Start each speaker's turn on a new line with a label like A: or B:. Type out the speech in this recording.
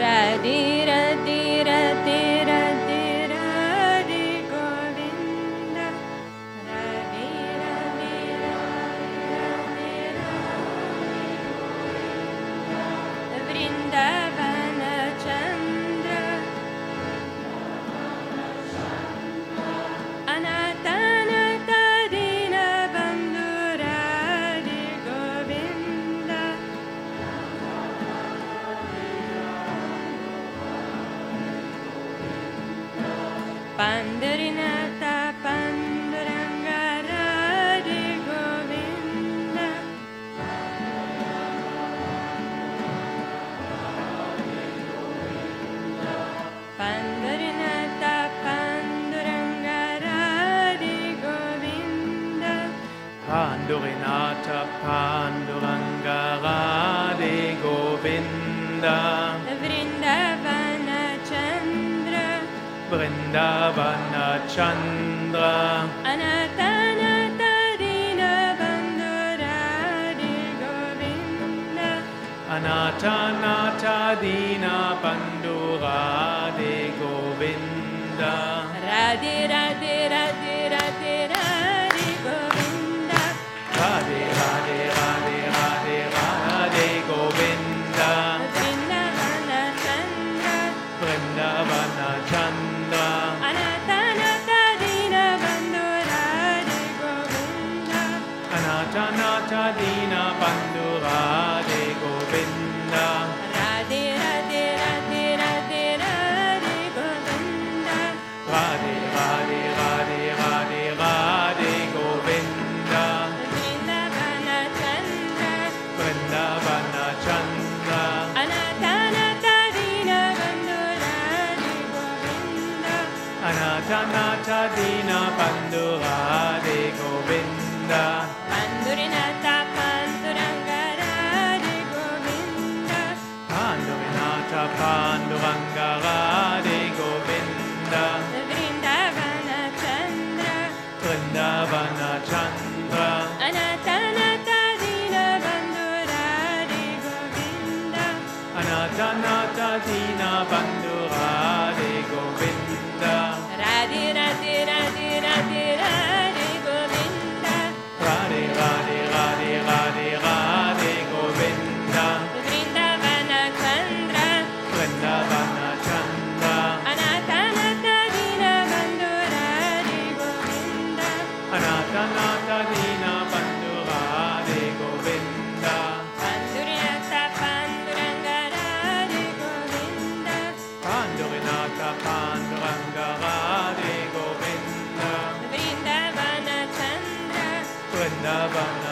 A: ರದಿ ರದಿ ರದಿ ರದಿ ರದಿ Govinda ರದಿ ರದಿ ರದಿ ರದಿ ವೃಂದವನ Chandra ಅನಾಥನಾಥ Deen Bandhu ರದಿ Govinda പന്തരിനാഥ പന്തരംഗരാരി Govinda പന്തരിനാഥ പന്തരംഗരാരി Govinda
B: Pandurinata Panduranga Radhe Govinda
A: വൃന്ദവന Chandra
B: Vrindavana Chandra
A: അനതനതരീന ബന്ധുരാരി Govinda
B: Anatanata Dina Pandu Radhe Govinda
A: Radhe Radhe Radhe Radhe Radhe Govinda
B: Radhe Radhe Radhe Radhe Radhe Govinda
A: Vrindavana Chandra
B: Vrindavana Chandra
A: Anatanatadina Bandhu Radhe Govinda
B: Anatanata Dina Pandu Radhe Govinda
A: Radhe Radhe Radhe Radhe Radhe Govinda
B: Radhe, Radhe, Radhe, Radhe, Radhe, Govinda,
A: Vrindavana Chandra
B: Vrindavana Chandra,
A: Anatanatadina Bandhu Radhe Govinda
B: Anatanata Dina Bandhu Radhe Govinda,
A: പന്തുരിനാഥാ പാന്തുരംഗരാരി Govinda.
B: Pandurinata Panduranga Radhe Govinda,
A: Vrindavana Chandra
B: Vrindavana Chandra,
A: അനാഥനാഥാദീന ബന്ധുരാരി Govinda.
B: Anatanata Dina Bandhu Radhe Govinda,
A: Radhi Radhi Radhi Radhi രാരി Govinda.
B: Radhe, Radhe, Radhe, Radhe, Radhe, Govinda.
A: Vrindavana Chandra
B: Vrindavana Chandra,
A: അനാഥനാഥാദീന ബന്ധുരാരി Govinda.
B: Anatanata Dina Bandhu Radhe Govinda,
A: പന്തുരനത്ത പന്തുരംഗരാരി Govinda.
B: Pandurinata Panduranga Radhe Govinda,
A: Vrindavana Chandra
B: Vrindavana